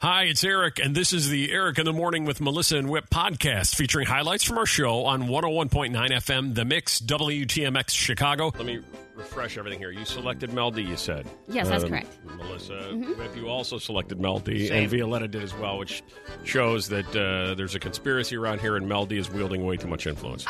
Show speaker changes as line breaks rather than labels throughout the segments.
Hi, it's Eric, and this is the Eric in the Morning with Melissa and Whip podcast featuring highlights from our show on 101.9 FM, The Mix, WTMX Chicago. Let me refresh everything here. You selected Mel D, you said.
Yes,
Um,
that's correct.
Melissa, Whip, you also selected Mel D, and Violetta did as well, which shows that uh, there's a conspiracy around here, and Mel D is wielding way too much influence.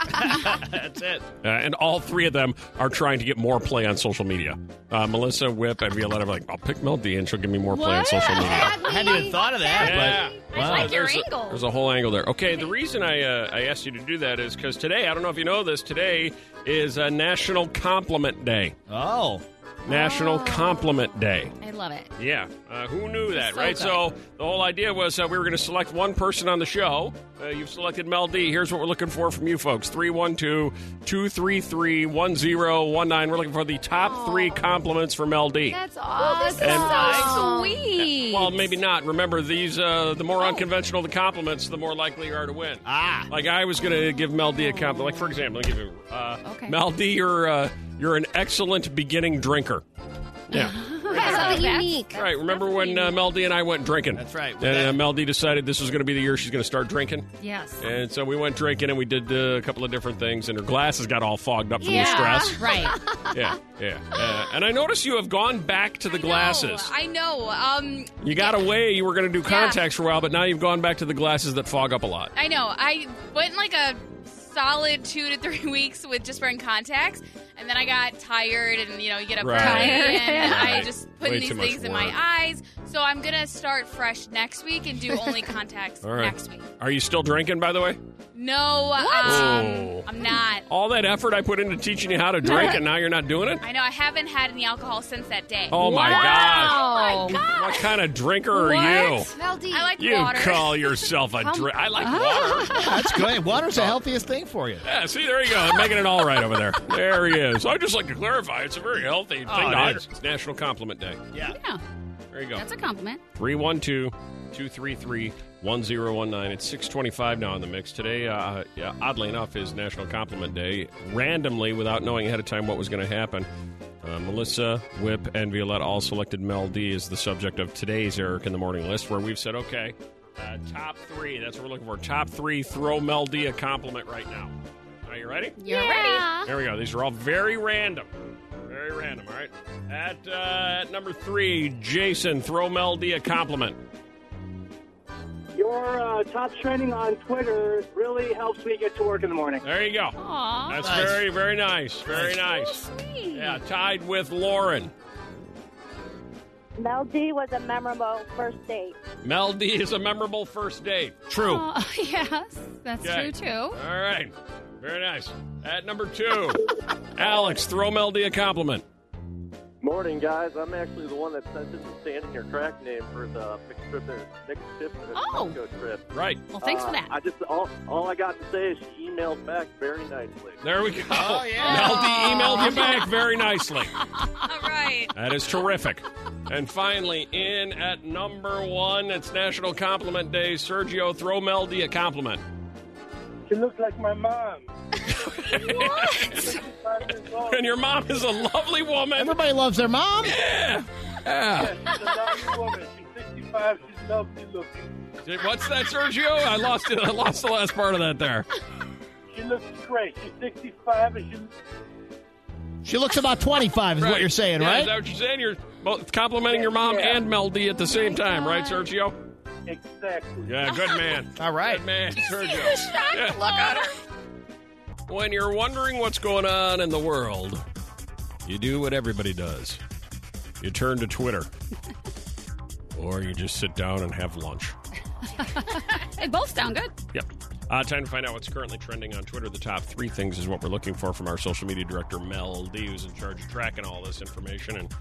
That's it.
Uh, and all three of them are trying to get more play on social media. Uh, Melissa, Whip, and Violetta are like, I'll pick Mel D, and she'll give me more play on social media.
I hadn't even thought of that,
Yeah.
but
I
wow.
like your
there's a-
angle.
there's a whole angle there. Okay, the reason I uh, I asked you to do that is because today, I don't know if you know this, today is uh, National Compliment Day.
Oh,
National Compliment Day.
Oh. I love it.
Yeah, uh, who knew that,
So
right?
good.
So the whole idea was uh, we were going to select one person on the show. Uh, you've selected Mel D. Here's what we're looking for from you folks 312 233 1019. We're looking for the top three compliments from Mel D.
That's awesome.
And-
so sweet.
Well, maybe not. Remember, these uh, the
Oh.
more unconventional the compliments, the more likely you are to win.
ah.
Like I was going to give Mel D a compliment. Like for example, I'll give you uh,
Okay.
Mel D. You're uh, you're an excellent beginning drinker. Yeah.
that's something unique.
All right. Remember when uh, Mel D. and I went drinking?
That's right.
And uh, Mel D. decided this was going to be the year she's going to start drinking.
Yes.
And so we went drinking and we did uh, a couple of different things, and her glasses got all fogged up from
yeah.
the stress.
Right.
Yeah, yeah. Uh, and I noticed you have gone back to the glasses.
I know. Um,
You got away. You were going to do contacts for a while, but now you've gone back to the glasses that fog up a lot.
I know. I went like a solid two to three weeks with just wearing contacts, and then I got tired, and you know, you get up
Right.
early, and
Right.
I just put
Way
these
too much
things in
work.
my eyes. So I'm gonna start fresh next week and do only contacts
All right.
next week.
Are you still drinking, by the way?
No,
Oh.
um, I'm not.
All that effort I put into teaching you how to drink, and now you're not doing it?
I know. I haven't had any alcohol since that day. Oh
Oh my gosh.
wow.
What kind of drinker are you?
Melody.
I like
You
water.
call yourself a drink. I like water.
That's good. Water's the healthiest thing for you.
Yeah, see, there you go. I'm making it all right over there. There he is. I'd just like to clarify it's a very healthy thing
Oh, it
to hydrate.
is.
It's National Compliment Day.
Yeah,
There you go.
that's a compliment.
312 233 1019. It's 625 now in the mix. Today, uh, yeah, oddly enough, is National Compliment Day. Randomly, without knowing ahead of time what was going to happen, uh, Melissa, Whip, and Violetta all selected Mel D as the subject of today's Eric in the Morning list, where we've said, okay, uh, top three. That's what we're looking for. Top three. Throw Mel D a compliment right now. Are you ready?
You're ready.
There we go. These are all very random. Very random, all right? At, uh, at number three, Jason, throw Mel D a compliment.
Your uh, top trending on Twitter really helps me get to work in the morning.
There you go.
Aw.
That's
Nice.
very, very nice. Very nice.
Sweet.
Yeah, tied with Lauren.
Mel D was a memorable first date.
Mel D is a memorable first date. True. All
Aw, yes, that's
Okay.
true too.
right. Very nice. At number two, Alex, throw Mel D a compliment.
Morning, guys. I'm actually the one that sent in the stand in your track name for the mixed trip and mixed trip and
Oh.
Costco trip.
Right.
Well, thanks
Uh,
for that.
I just all, all I got to say is she emailed back very nicely.
There we go.
Oh, yeah.
Mel D emailed you back very nicely.
All right.
That is terrific. And finally, in at number one, it's National Compliment Day. Sergio, throw Mel D a compliment.
She looks like my mom.
And your mom is a lovely woman.
Everybody loves their mom.
Ah.
What's that, Sergio? I lost it. I lost the last part of that there.
She looks great. She's 65 and she
She looks about 25, is what you're saying,
Yeah,
right?
Is that what you're saying? You're both complimenting your mom and Mel D at the same time, right, Sergio?
Exactly.
Yeah, good man.
All right.
Good man, Sergio.
Shocked
Yeah.
look on her.
When you're wondering what's going on in the world, you do what everybody does you turn to Twitter, or you just sit down and have lunch.
They both sound good.
Yep. Uh, time to find out what's currently trending on Twitter. The top three things is what we're looking for from our social media director, Mel D, who's in charge of tracking all this information and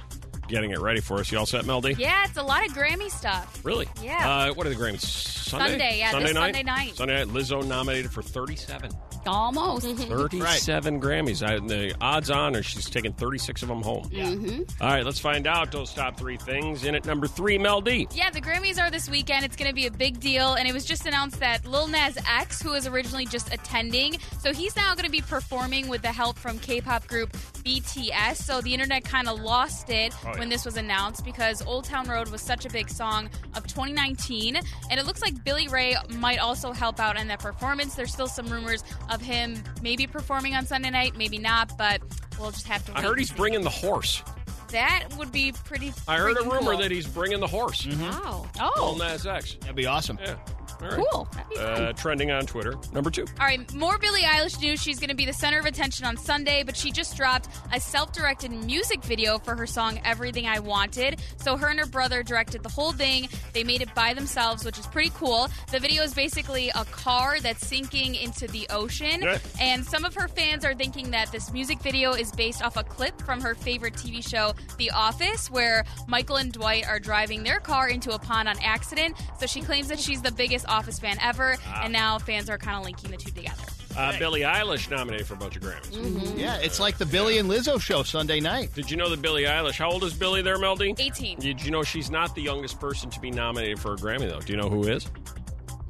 getting it ready for us. You all set, Mel D?
Yeah, it's a lot of Grammy stuff.
Really?
Yeah.
Uh, what are the Grammys? Sunday?
Sunday, yeah,
Sunday
this
night?
Sunday night.
Sunday night. Lizzo nominated for 37.
Almost.
37 Grammys. I, the odds on her, she's taking 36 of them home.
Mm-hmm.
All right, let's find out those top three things. In at number three, Mel D.
Yeah, the Grammys are this weekend. It's going to be a big deal. And it was just announced that Lil Nas X, who was originally just attending, so he's now going to be performing with the help from K pop group BTS. So the internet kind of lost it
Oh, yeah.
when this was announced because Old Town Road was such a big song of 2019. And it looks like Billy Ray might also help out in that performance. There's still some rumors of him maybe performing on Sunday night, maybe not, but we'll just have to wait.
I heard he's bringing the horse.
that would be pretty.
I heard a
freaking
rumor
cool.
that he's bringing the horse.
Wow.
Lil Nas X.
That'd be awesome.
Yeah. All right.
Cool. That'd be fun.
Uh, trending on Twitter. Number two.
All right, more Billie Eilish news. She's going to be the center of attention on Sunday, but she just dropped a self directed music video for her song Everything I Wanted. So her and her brother directed the whole thing. They made it by themselves, which is pretty cool. The video is basically a car that's sinking into the ocean.
Yeah.
And some of her fans are thinking that this music video is based off a clip from her favorite TV show, The Office, where Michael and Dwight are driving their car into a pond on accident. So she claims that she's the biggest Office fan ever,
Wow.
and now fans are kind of linking the two together.
Uh, Billie Eilish nominated for a bunch of Grammys.
Yeah, it's like the Billy and Lizzo show Sunday night.
Did you know that Billie Eilish? How old is Billie there, Mel D?
18.
Did you know she's not the youngest person to be nominated for a Grammy, though? Do you know who is?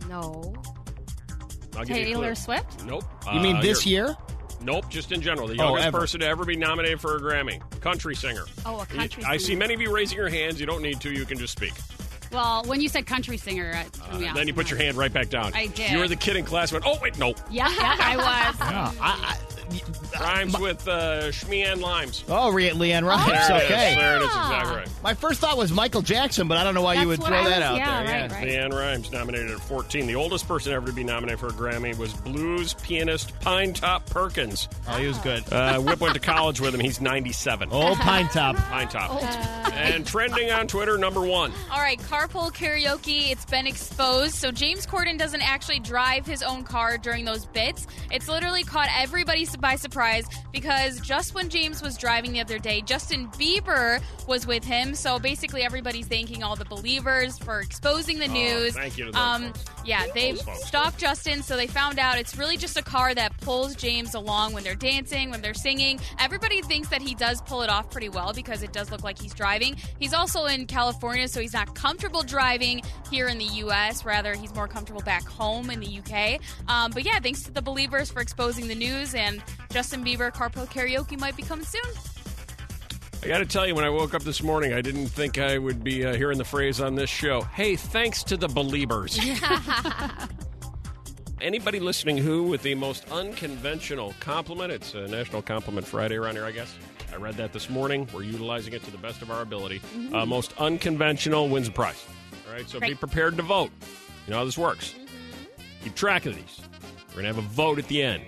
No.
I'll give you a clue.
Taylor Swift?
Nope.
You mean this
Uh, you're-
year?
Nope, just in general. The
Oh,
youngest
ever.
person to ever be nominated for a Grammy. Country singer.
Oh, a country
I
singer.
see many of you raising your hands. You don't need to. You can just speak.
Well, when you said country singer, it threw me
Uh,
off.
then you put your hand right back down.
I did.
You were the kid in class. Went. Oh wait, nope.
Yeah, yeah, I was.
Yeah. I,
Rhymes with uh, Shmee and Limes.
I, oh, Re- Leanne Rhymes.
There it is.
okay.
There it is. Exactly right.
My first thought was Michael Jackson, but I don't know why you would
That's
throw
what I
that
was- yeah,
out there.
right, right.
Leanne Rhymes nominated at 14. The oldest person ever to be nominated for a Grammy was blues pianist Pine Top Perkins.
Oh, he was good.
Uh, Whip went to college with him. He's 97.
Oh, Pine Top.
Pine Top. And trending on Twitter, number one.
All right, carpool karaoke, it's been exposed. So James Corden doesn't actually drive his own car during those bits. It's literally caught everybody s- by surprise because just when James was driving the other day, Justin Bieber was with him. So basically, everybody's thanking all the believers for exposing the
Oh,
news.
thank you to those
um,
folks.
Yeah, they
Those folks.
stalked Justin, so they found out it's really just a car that pulls James along when they're dancing, when they're singing. Everybody thinks that he does pull it off pretty well because it does look like he's driving. He's also in California, so he's not comfortable driving here in the U.S. Rather, he's more comfortable back home in the U.K. Um, but yeah, thanks to the believers for exposing the news, and Justin Bieber carpool karaoke might be coming soon.
I got to tell you, when I woke up this morning, I didn't think I would be uh, hearing the phrase on this show. Hey, thanks to the believers. Anybody listening who with the most unconventional compliment? It's uh, National Compliment Friday around here, I guess. I read that this morning. We're utilizing it to the best of our ability. Uh, most unconventional wins a prize. All right, so be
Right.
prepared to vote. You know how this works. Keep track of these. We're going to have a vote at the end.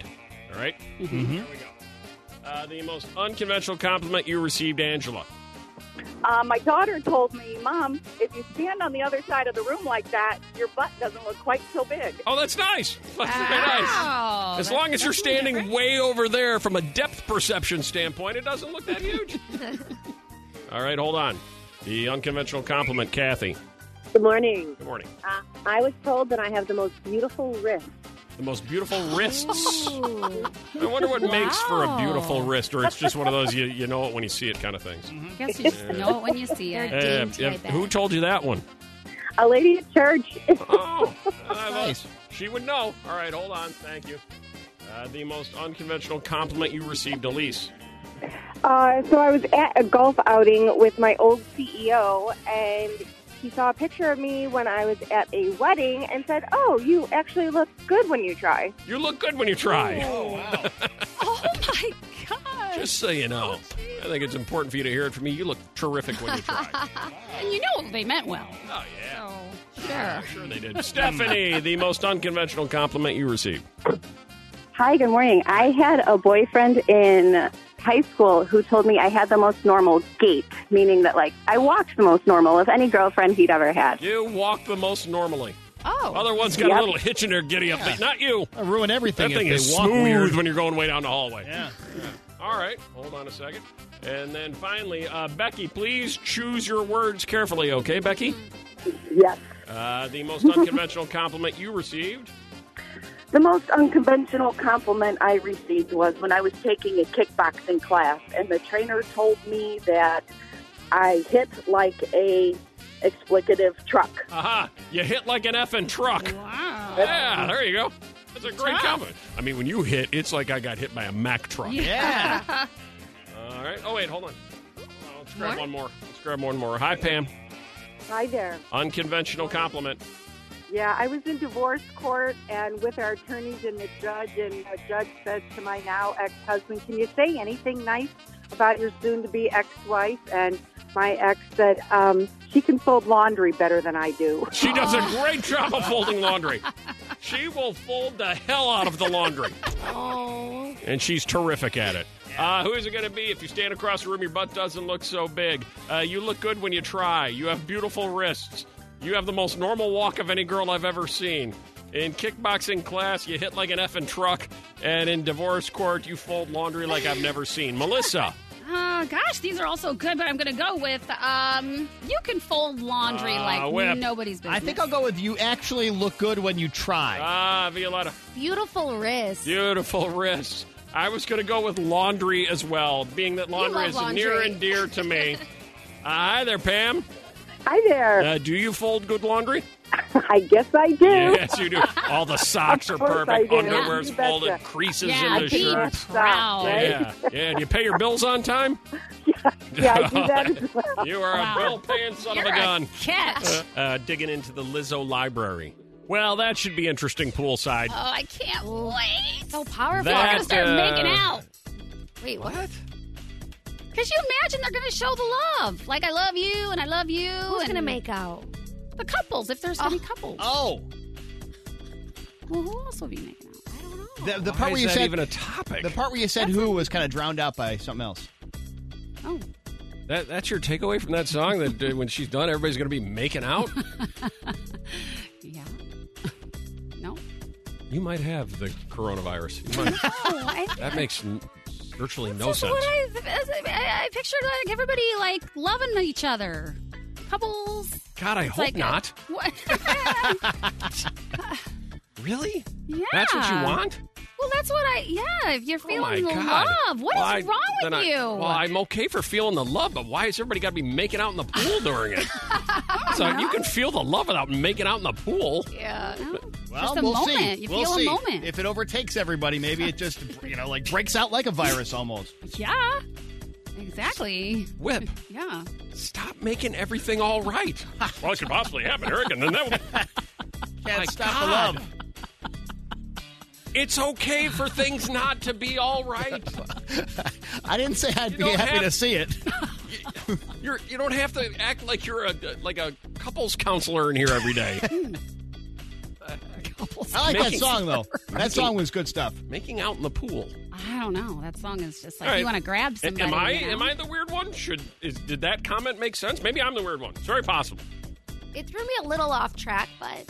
All right? Here we go. Uh, the most unconventional compliment you received, Angela.
Uh, my daughter told me, Mom, if you stand on the other side of the room like that, your butt doesn't look quite so big.
Oh, that's nice. That's
Wow,
nice. As
that's
long as you're
definitely
standing
different.
way over there from a depth perception standpoint, it doesn't look that huge. All right, hold on. The unconventional compliment, Kathy.
Good morning.
Good morning.
Uh, I was told that I have the most beautiful wrist.
The most beautiful wrists. I wonder what makes for a beautiful wrist, or it's just one of those you, you know it when you see it kind of things.
I guess you just know it when you see
Eh,
it.
eh, who told you that one?
A lady at church.
Oh, I love-
Nice.
She would know. All right, hold on. Thank you. Uh, the most unconventional compliment you received, Elise.
Uh, so I was at a golf outing with my old CEO, and he saw a picture of me when I was at a wedding and said, Oh, you actually look good when you try.
You look good when you try.
Oh my gosh.
Just so you know, I think it's important for you to hear it from me. You look terrific when you try.
And you know they meant well.
oh yeah.
So, sure.
sure they did. Stephanie, the most unconventional compliment you received.
Hi, good morning. I had a boyfriend in high school who told me I had the most normal gait, meaning that like I walked the most normal of any girlfriend he'd ever had.
You walk the most normally.
Oh.
Other ones got
Yep.
a little hitch in their giddy up. thing. Not you.
I ruin everything.
That thing
if
is
they walk
smooth
weird.
when you're going way down the hallway.
Yeah.
All right. Hold on a second. And then finally, uh, Becky, please choose your words carefully, okay, Becky?
Yes.
Uh, the most unconventional compliment you received.
The most unconventional compliment I received was when I was taking a kickboxing class, and the trainer told me that I hit like a explicative truck.
Aha! You hit like an effing truck. Wow. Yeah, there you go. That's a great compliment. I mean, when you hit, it's like I got hit by a Mack truck.
Yeah.
All right. Oh, wait, hold on. Oh, let's grab one more. Let's grab one more. Hi, Pam.
Hi there.
Unconventional compliment.
Yeah, I was in divorce court and with our attorneys and the judge, and the judge says to my now ex-husband, "Can you say anything nice about your soon-to-be ex-wife?" And my ex said, um, "She can fold laundry better than I do."
She does a great job of folding laundry. She will fold the hell out of the laundry.
Oh.
and she's terrific at it. Uh, who is it going to be? If you stand across the room, your butt doesn't look so big. Uh, you look good when you try. You have beautiful wrists. You have the most normal walk of any girl I've ever seen. In kickboxing class, you hit like an effing truck, and in divorce court, you fold laundry like I've never seen. Melissa,
Uh, gosh, these are all so good, but I'm going to go with um, you can fold laundry
Ah,
like
whip.
nobody's business.
I think I'll go with you actually look good when you try.
ah, Violetta,
Beautiful wrist.
beautiful wrists. I was going to go with laundry as well, being that laundry
love
is near
laundry.
and dear to me. Uh, hi there, Pam.
Hi there.
Uh, do you fold good laundry?
I guess I do.
Yes, you do. All the socks are
Of course
perfect.
I do.
Underwear's
You betcha.
folded, creases
yeah,
in the
be
shirt.
proud.
Yeah, yeah. And you pay your bills on time?
Yeah, I do that as well.
You are a bill paying son
You're
of a gun.
catch.
Uh, uh, digging into the Lizzo library. Well, that should be interesting poolside.
oh, I can't wait.
So powerful.
That-
We're going to start
uh,
making out.
Wait, what?
Because you imagine they're going to show the love. Like, I love you and I love you.
Who's
and
gonna make out?
The couples, if there's going to be couples.
Oh,
Well, who else will be making out? I don't know.
the, the
Why
part
is
where you
that
said
even a topic?
the part where you said who was kind of drowned out by something else.
Oh,
That, that's your takeaway from that song that uh, when she's done, everybody's going to be making out?
yeah. no.
You might have the coronavirus. You might-
Oh, I
that makes n- virtually no
That's
sense.
what I, I, I pictured like everybody like loving each other, couples.
God, I
It's
hope
like a-
not.
what?
Really?
yeah.
That's what you want?
Well, that's what I. Yeah, if you're feeling
oh my
the
God.
love, what is
Well, I-
wrong with
then I-
you?
well, I'm okay for feeling the love, but why has everybody got to be making out in the pool during it? so you can feel the love without making out in the pool.
yeah. No,
Well,
just a
we'll
moment.
see.
You
we'll
feel
see.
a moment.
If it overtakes everybody, maybe it just you know like breaks out like a virus almost.
yeah. Exactly.
Whip,
Yeah.
stop making everything all right. what could possibly happen, Eric? And then that would...
Can't
My
stop
Um,
God.
the love.
It's okay for things not to be all right.
I didn't say I'd
You
be
don't
happy
have-
to see it.
You're, you don't have to act like you're a like a couples counselor in here every day.
Hmm.
Uh,
I like that
Making-
song though. That song was good stuff.
Making out in the pool.
I don't know. That song is just like
All right.
you want to grab
A-
somebody.
Am I
you know?
am I the weird one? Should is did that comment make sense? Maybe I'm the weird one. It's very possible.
It threw me a little off track, but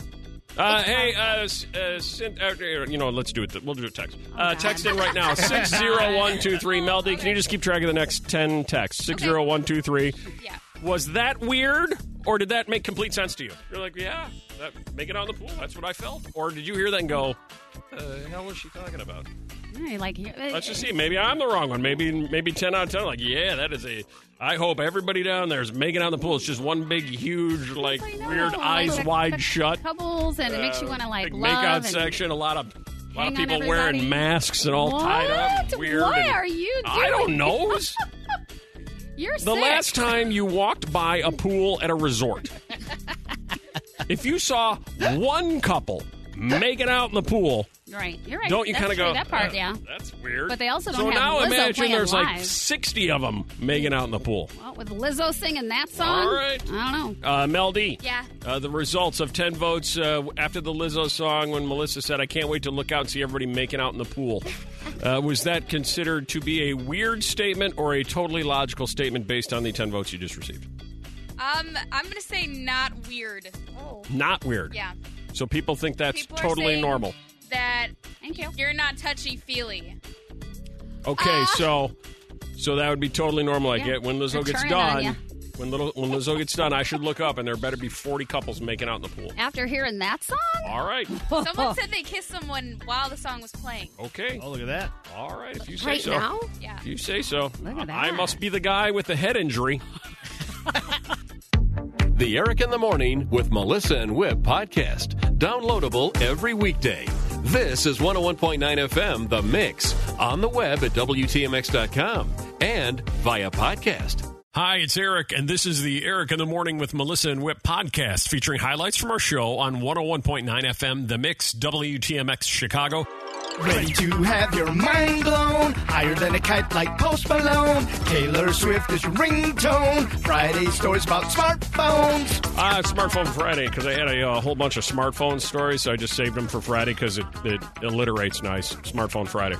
Uh,
It's
hey, uh, s- uh, send, uh, you know, let's do it. We'll do a text. uh,
God.
text in right now six zero one two three. Melody, can you just keep track of the next ten texts? Six zero one two three.
Yeah.
Was that weird, or did that make complete sense to you? You're like, yeah, that, make it out in the pool. That's what I felt. Or did you hear that and go, uh, hell was she talking about?
I like. uh,
Let's just see. Maybe I'm the wrong one. Maybe maybe ten out of ten. Like, yeah, that is a. I hope everybody down there is making out in the pool. It's just one big, huge, like
I know,
weird,
like,
eyes
the- the
wide shut
uh, Couples and it makes you
uh,
want to like
big
love
makeout
and-
section. A lot of a lot
Hang
of
on
people
everybody.
wearing masks and all
What?
tied up. and Weird.
What
and-
are you
I don't
doing?
know. It was
You're
the
sick.
last time you walked by a pool at a resort, if you saw one couple making out in the pool,
Right. You're right.
Don't you
That's
kind of
true,
go
that part?
"Uh,
yeah.
That's weird.
But they also don't
so
have
now
Lizzo
imagine
playing
there's like
live.
60 of them making out in the pool.
Well, with Lizzo singing that song,
All right.
I don't know.
Uh, Mel D.
Yeah.
Uh, the results of 10 votes uh, after the Lizzo song when Melissa said, I can't wait to look out and see everybody making out in the pool. Uh, was that considered to be a weird statement or a totally logical statement based on the 10 votes you just received?
Um, I'm gonna say not weird.
Oh.
Not weird.
Yeah.
So people think that's
People are
totally
saying
normal.
That thank you. You're not touchy feely.
Okay,
Ah.
so so that would be totally normal. I get when
They're
Lizzo gets
turning on ya.
done. When little when Lizzo gets done, I should look up and there better be 40 couples making out in the pool.
After hearing that song,
All right.
Someone said they kissed someone while the song was playing.
Okay.
Oh, look at that.
All right, if you say
Right
so.
now? Yeah.
If you say so.
Look at
I
that.
must be the guy with the head injury.
The Eric in the Morning with Melissa and Whip podcast. Downloadable every weekday. This is 101.9 FM, The Mix, on the web at WTMX.com and via podcast.
Hi, it's Eric, and this is the Eric in the Morning with Melissa and Whip podcast featuring highlights from our show on 101.9 FM, The Mix, WTMX Chicago.
Ready to have your mind blown, higher than a kite like Post Malone. Taylor Swift is your ringtone. Friday stories about smartphones.
Uh, it's Smartphone Friday because I had a uh, whole bunch of smartphone stories, so I just saved them for Friday because it, it alliterates nice. Smartphone Friday.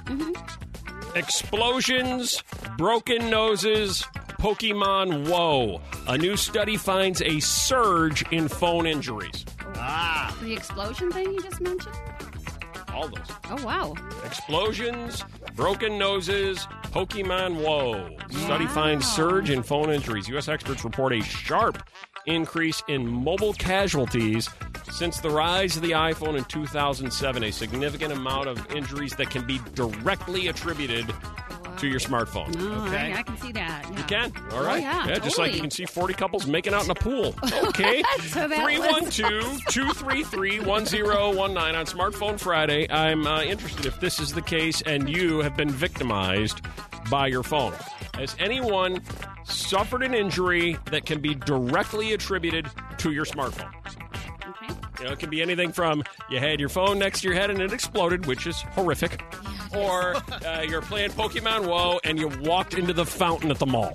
Explosions, broken noses, Pokemon Whoa. A new study finds a surge in phone injuries.
ah, the explosion thing you just mentioned.
All those.
Oh wow,
Explosions, broken noses, Pokemon Whoa. Study finds surge in phone injuries. U.S. experts report a sharp increase in mobile casualties since the rise of the iPhone in 2007. A significant amount of injuries that can be directly attributed to your smartphone.
Oh, I, I can see that. Yeah.
You can. All
Oh,
right.
yeah,
just like
totally.
you can see 40 couples making out in a pool. Okay.
So that
312 233 1019 on Smartphone Friday. I'm uh, interested if this is the case and you have been victimized by your phone. Has anyone suffered an injury that can be directly attributed to your smartphone? You know, it can be anything from you had your phone next to your head and it exploded, which is horrific, or uh, you're playing Pokemon Whoa and you walked into the fountain at the mall.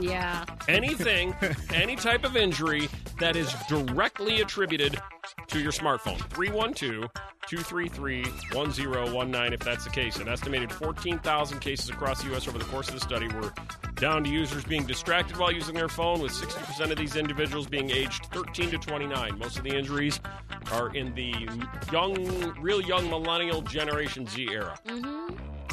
yeah.
Anything, any type of injury that is directly attributed to your smartphone. 312 233 1019, if that's the case. An estimated 14,000 cases across the U.S. over the course of the study were down to users being distracted while using their phone, with 60% of these individuals being aged 13 to 29. Most of the injuries are in the young, real young millennial Generation Z era.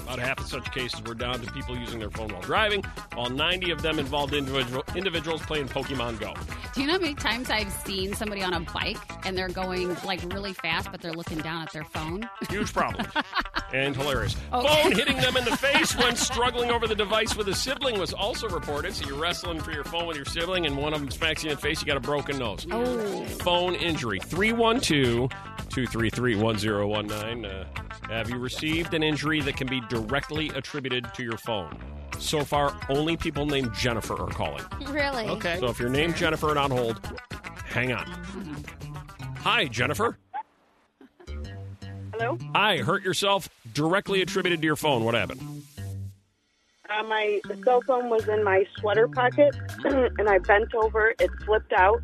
About half of such cases were down to people using their phone while driving, while 90 of them involved individual, individuals playing Pokemon Go.
Do you know how many times I've seen somebody on a bike and they're going like really fast, but they're looking down at their phone?
Huge problem. and hilarious. Phone hitting them in the face when struggling over the device with a sibling was also reported. So you're wrestling for your phone with your sibling, and one of them smacks you in the face, you got a broken nose.
Oh.
Phone injury. 312 233 1019. Uh, Have you received an injury that can be directly attributed to your phone? So far, only people named Jennifer are calling.
Really?
So if you're named Jennifer and on hold, hang on. Hi, Jennifer.
Hello?
Hi, hurt yourself directly attributed to your phone. What happened?
Uh, my cell phone was in my sweater pocket, and I bent over. It slipped out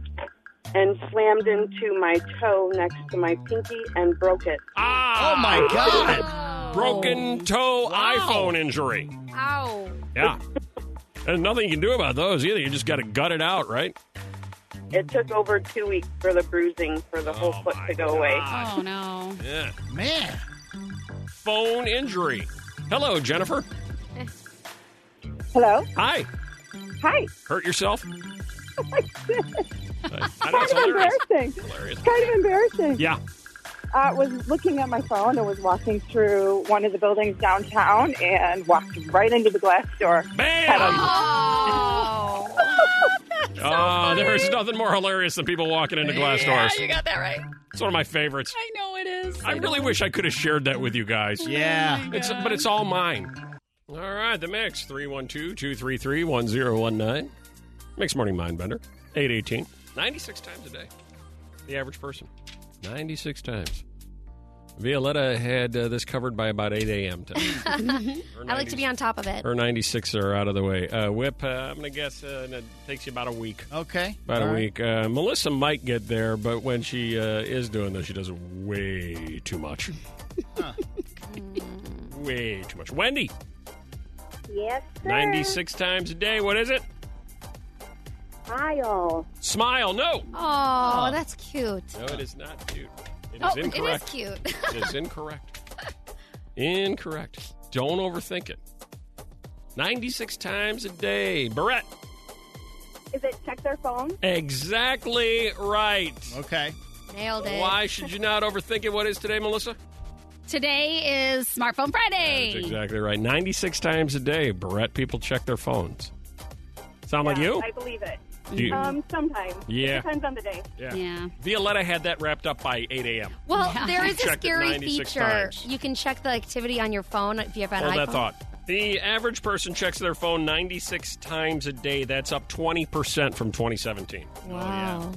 and slammed into my toe next to my pinky and broke it.
Ah!
Oh, my God.
Broken toe iPhone injury.
Ow.
Yeah. And nothing you can do about those either. You just got to gut it out, right?
It took over two weeks for the bruising for the whole foot to go away.
Oh no.
Yeah.
Man.
Phone injury. Hello, Jennifer.
Hello?
Hi.
Hi.
Hurt yourself?
Oh,
I know
Kind
it's
of
hilarious.
embarrassing.
Hilarious.
Kind of embarrassing.
Yeah.
I was looking at my phone. I was walking through one of the buildings downtown and walked right into the glass door.
Oh, there's nothing more hilarious than people walking into glass doors.
Yeah, you got that right.
It's one of my favorites.
I know it is.
I really wish I could have shared that with you guys.
Yeah.
It's but it's all mine. All right, the mix 312-233-1019. Mix morning mind bender. 818. 96 times a day. The average person. 96 times. Violetta had uh, this covered by about 8 a.m. today.
I like to be on top of it.
Her 96 are out of the way. Uh, Whip, uh, I'm going to guess uh, it takes you about a week.
Okay.
About
All
a
right.
week. Uh, Melissa might get there, but when she uh, is doing this, she does way too much. way too much. Wendy,
Yes, sir.
96 times a day. What is it?
Smile.
Smile. No.
Oh, that's cute.
No, it is not cute. It is
oh,
incorrect.
it is cute.
it is incorrect. Incorrect. Don't overthink it. 96 times a day. Barrett.
Is it check their phone?
Exactly right.
Okay.
Nailed it.
Why should you not overthink it? What is today, Melissa?
Today is Smartphone Friday.
That's exactly right. 96 times a day, Barrett, people check their phones. Sound like you?
I believe it.
Do you-
Um, sometimes.
Yeah.
It depends on the day.
Violetta had that wrapped up by 8 a.m.
Well,
She
there is a
checked it
scary
96
feature.
times. Oh,
You can check the activity on your phone if you have an
Hold
iPhone.
that thought. The average person checks their phone 96 times a day. That's up 20% from 2017.
Wow.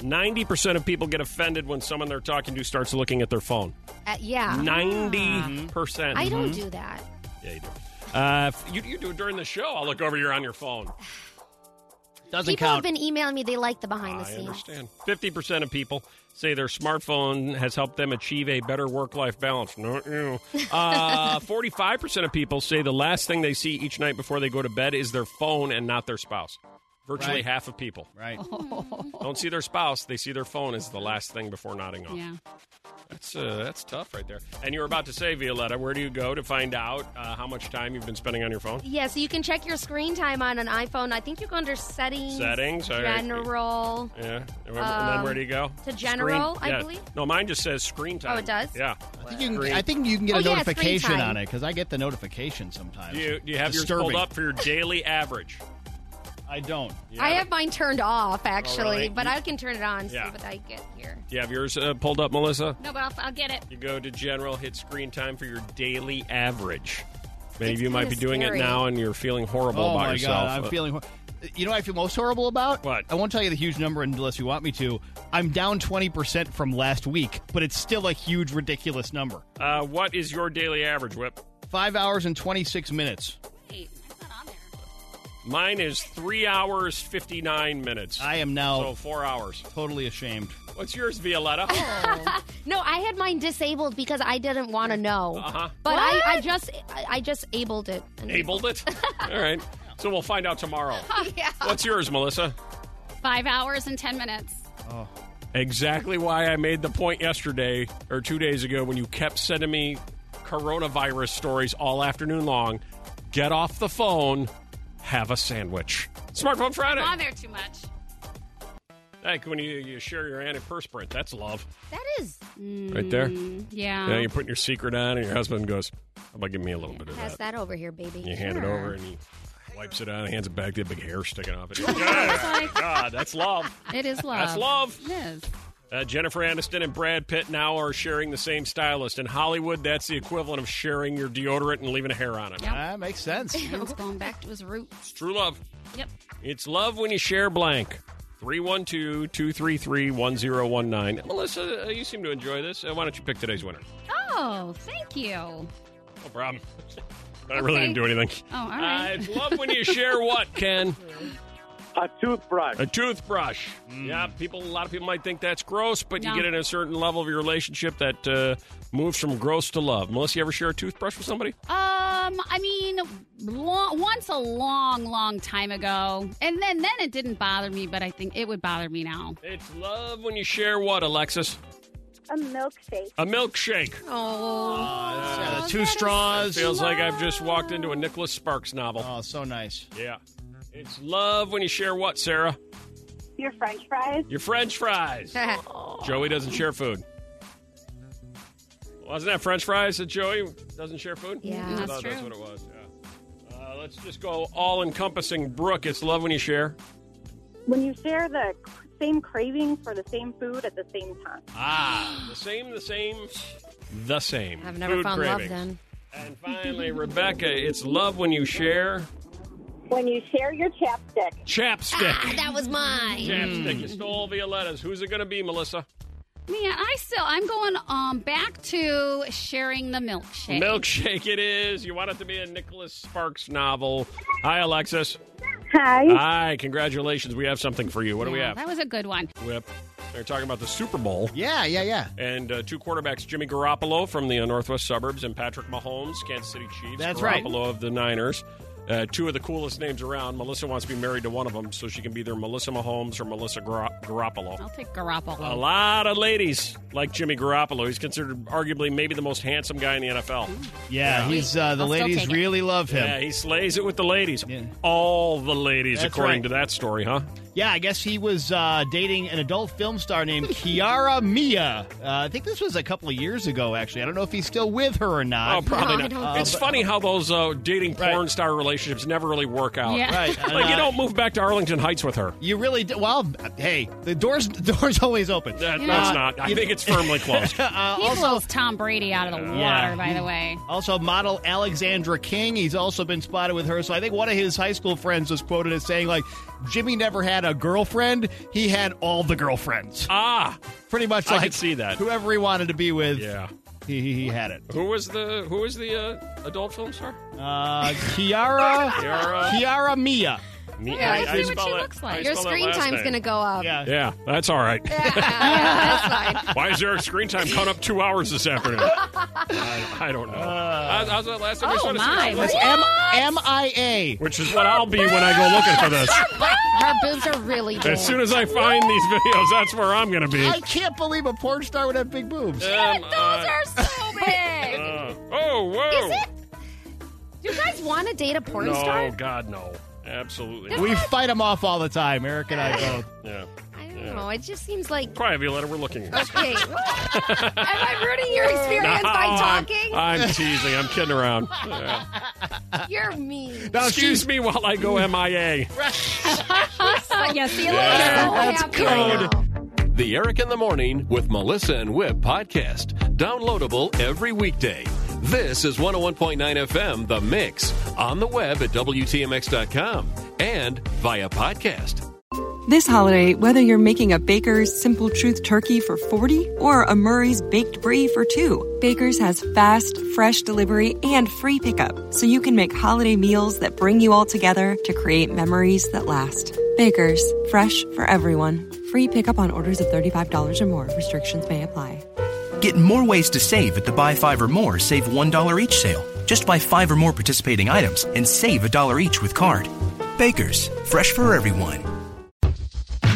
90% of people get offended when someone they're talking to starts looking at their phone.
Uh, yeah.
90%.
I don't do that.
Yeah, you do. Uh, if you, you do it during the show. I'll look over. You're on your phone. Doesn't
People have been emailing me. They like the behind the
I
scenes.
understand. Fifty percent of people say their smartphone has helped them achieve a better work-life balance. Not you. Uh, Forty-five percent of people say the last thing they see each night before they go to bed is their phone and not their spouse. Virtually
Right.
half of people
Right.
Oh.
don't see their spouse; they see their phone as the last thing before nodding off.
Yeah.
That's uh, that's tough right there. And you were about to say, Violetta, where do you go to find out uh, how much time you've been spending on your phone?
Yeah, so you can check your screen time on an iPhone. I think you go under settings.
Settings, all right.
General.
Yeah. And where- and then
Um,
where do you go?
to general,
Screen-
I
yeah.
believe.
No, mine just says screen time.
Oh, it does?
Yeah.
I think you can, I think you can get
Oh,
a
yeah, screen
notification
time.
on it because I get the notification sometimes.
Do you, do you have yours
Disturbing.
pulled up for your daily average?
I don't.
I have mine turned off, actually,
Oh, really?
but I can turn it on,
Yeah.
see what I get here.
Do you have yours uh, pulled up, Melissa?
No, but I'll, I'll get it.
You go to general, hit screen time for your daily average. Many of you might be
kinda
doing
scary.
it now, and you're feeling horrible
oh
about
my
yourself.
god, I'm
Uh,
feeling. Hor- you know, what I feel most horrible about. What? I won't tell you the huge number unless you want me to. I'm down twenty percent from last week, but it's still a huge, ridiculous number.
Uh, what is your daily average, Whip?
Five hours and twenty six minutes.
Mine is three hours fifty nine minutes.
I am now
so four hours.
Totally ashamed.
What's yours, Violetta?
Oh, No, I had mine disabled because I didn't want to know.
Uh-huh.
But I, I just I I just abled it.
Abled it. All right. So we'll find out tomorrow.
yeah.
What's yours, Melissa?
Five hours and ten minutes.
Oh.
Exactly why I made the point yesterday or two days ago when you kept sending me coronavirus stories all afternoon long. Get off the phone, have a sandwich. Smartphone Friday.
I'm on there too much.
Like when you, you share your antiperspirant, that's love.
That is
Right there?
Mm,
Yeah,
Yeah.
you're putting your secret on, and your husband goes, How about give me a little bit of
Pass
that?
that over here, baby.
You hand it
Sure.
over, and he wipes it out, hands it back, to the big hair sticking off it. Yeah, God, that's love.
It is love.
That's love.
It is.
Uh, Jennifer Aniston and Brad Pitt now are sharing the same stylist. In Hollywood, that's the equivalent of sharing your deodorant and leaving a hair on it.
Ah, That makes sense.
It's going back to his roots.
It's true love.
Yep.
It's love when you share blank. 312 233 1019. Melissa, uh, you seem to enjoy this. Uh, why don't you pick today's winner?
Oh, thank you. Oh,
No problem. I really didn't do anything.
all right.
I love when you share what, Ken?
A toothbrush.
A toothbrush. Yeah, people. A lot of people might think that's gross, but you
No.
get in a certain level of your relationship that uh, moves from gross to love. Melissa, you ever share a toothbrush with somebody?
Um, I mean, lo- once a long, long time ago, and then then it didn't bother me, but I think it would bother me now.
It's love when you share what, Alexis?
A milkshake.
A milkshake.
Oh,
the two straws.
Feels like I've just walked into a Nicholas Sparks novel.
Oh, so nice.
Yeah. It's love when you share what, Sarah?
Your french fries.
Your French fries. Joey doesn't share food. Wasn't that French fries that Joey doesn't share food?
Yeah.
I
That's
thought that's
true.
what it was. Yeah. Uh, let's just go all encompassing. Brooke, it's love when you share.
When you share the same craving for the same food at the same time.
Ah, the same, the same, the same.
I've never
Food
found
cravings.
love then.
And finally, Rebecca, it's love when you share
When you share your chapstick.
chapstick.
Ah, That was mine.
Chapstick. You stole Violetta's. Who's it going to be, Melissa?
Man, I still I'm going um back to sharing the milkshake.
Milkshake it is. You want it to be a Nicholas Sparks novel. Hi, Alexis.
Hi.
Hi, congratulations. We have something for you. What do we
Yeah,
have?
That was a good one.
Whip. They're talking about the Super Bowl.
Yeah, yeah, yeah.
And uh, two quarterbacks, Jimmy Garoppolo from the uh, Northwest suburbs and Patrick Mahomes, Kansas City Chiefs.
That's right.
Garoppolo of the Niners. Uh, two of the coolest names around. Melissa wants to be married to one of them, so she can be either Melissa Mahomes or Melissa Gar- Garoppolo.
I'll take Garoppolo.
A lot of ladies like Jimmy Garoppolo. He's considered arguably maybe the most handsome guy in the NFL.
Yeah, he's uh, the ladies really love him.
Yeah, he slays it with the ladies. All the ladies,
That's
according
right.
to that story, huh?
Yeah, I guess he was uh, dating an adult film star named Kiara Mia. Uh, I think this was a couple of years ago, actually. I don't know if he's still with her or not.
Oh, probably not. it's
Uh, but-
funny how those uh, dating porn star relationships never really work out.
Yeah. Right, and,
like you
uh,
don't move back to Arlington Heights with her.
You really d well. Hey, the doors the doors always open.
That,
You know-
that's not. I
you-
think it's firmly closed.
uh,
he blows Tom Brady out of the
Yeah.
water, by the way.
Also, model Alexandra King. He's also been spotted with her. So I think one of his high school friends was quoted as saying, like, Jimmy never had a girlfriend. He had all the girlfriends.
Ah.
Pretty much
I
like
could see that.
Whoever he wanted to be with,
yeah.
he, he, he had it.
Who was the Who was the uh, adult film star?
Uh, Kiara,
Kiara.
Kiara Mia.
Me-
Yeah, let's see what
spell
she
that-
looks like.
I
Your
spell that
screen
last
time's
name.
going to go up.
Yeah, that's all right. Why is there a screen time coming up two hours this afternoon? I, I don't know. How's- how's that last name? I just
Oh,
wanna see
my.
that
That's
list.
M M I A.
Which is what I'll be when I go looking for this.
Her boobs are really big.
As soon as I find these videos, that's where I'm going to be.
I can't believe a porn star would have big boobs.
Um, uh,
so big.
uh, oh, whoa.
Do you guys want to date a porn
no,
star?
God, no. Absolutely. not.
We fight them off all the time, Eric and I both.
Yeah.
I don't know. Oh, It just seems like.
Quiet, Violetta. We're looking. at
Okay. Am I ruining your experience
No,
by
I'm-
talking?
I'm, teasing. I'm kidding around. Yeah.
You're mean.
Excuse me while I go MIA.
yeah, Uh, see you
Yeah,
later.
that's The Eric in the Morning with Melissa and Whip podcast, downloadable every weekday. This is 101.9 FM, The Mix, on the web at WTMX.com and via podcast.
This holiday, whether you're making a Baker's Simple Truth turkey for 40 or a Murray's Baked Brie for two, Baker's has fast, fresh delivery and free pickup so you can make holiday meals that bring you all together to create memories that last. Baker's, fresh for everyone. Free pickup on orders of $35 or more. Restrictions may apply.
Get more ways to save at the buy five or more, save $1 each sale. Just buy five or more participating items and save a dollar each with card. Baker's, fresh for everyone.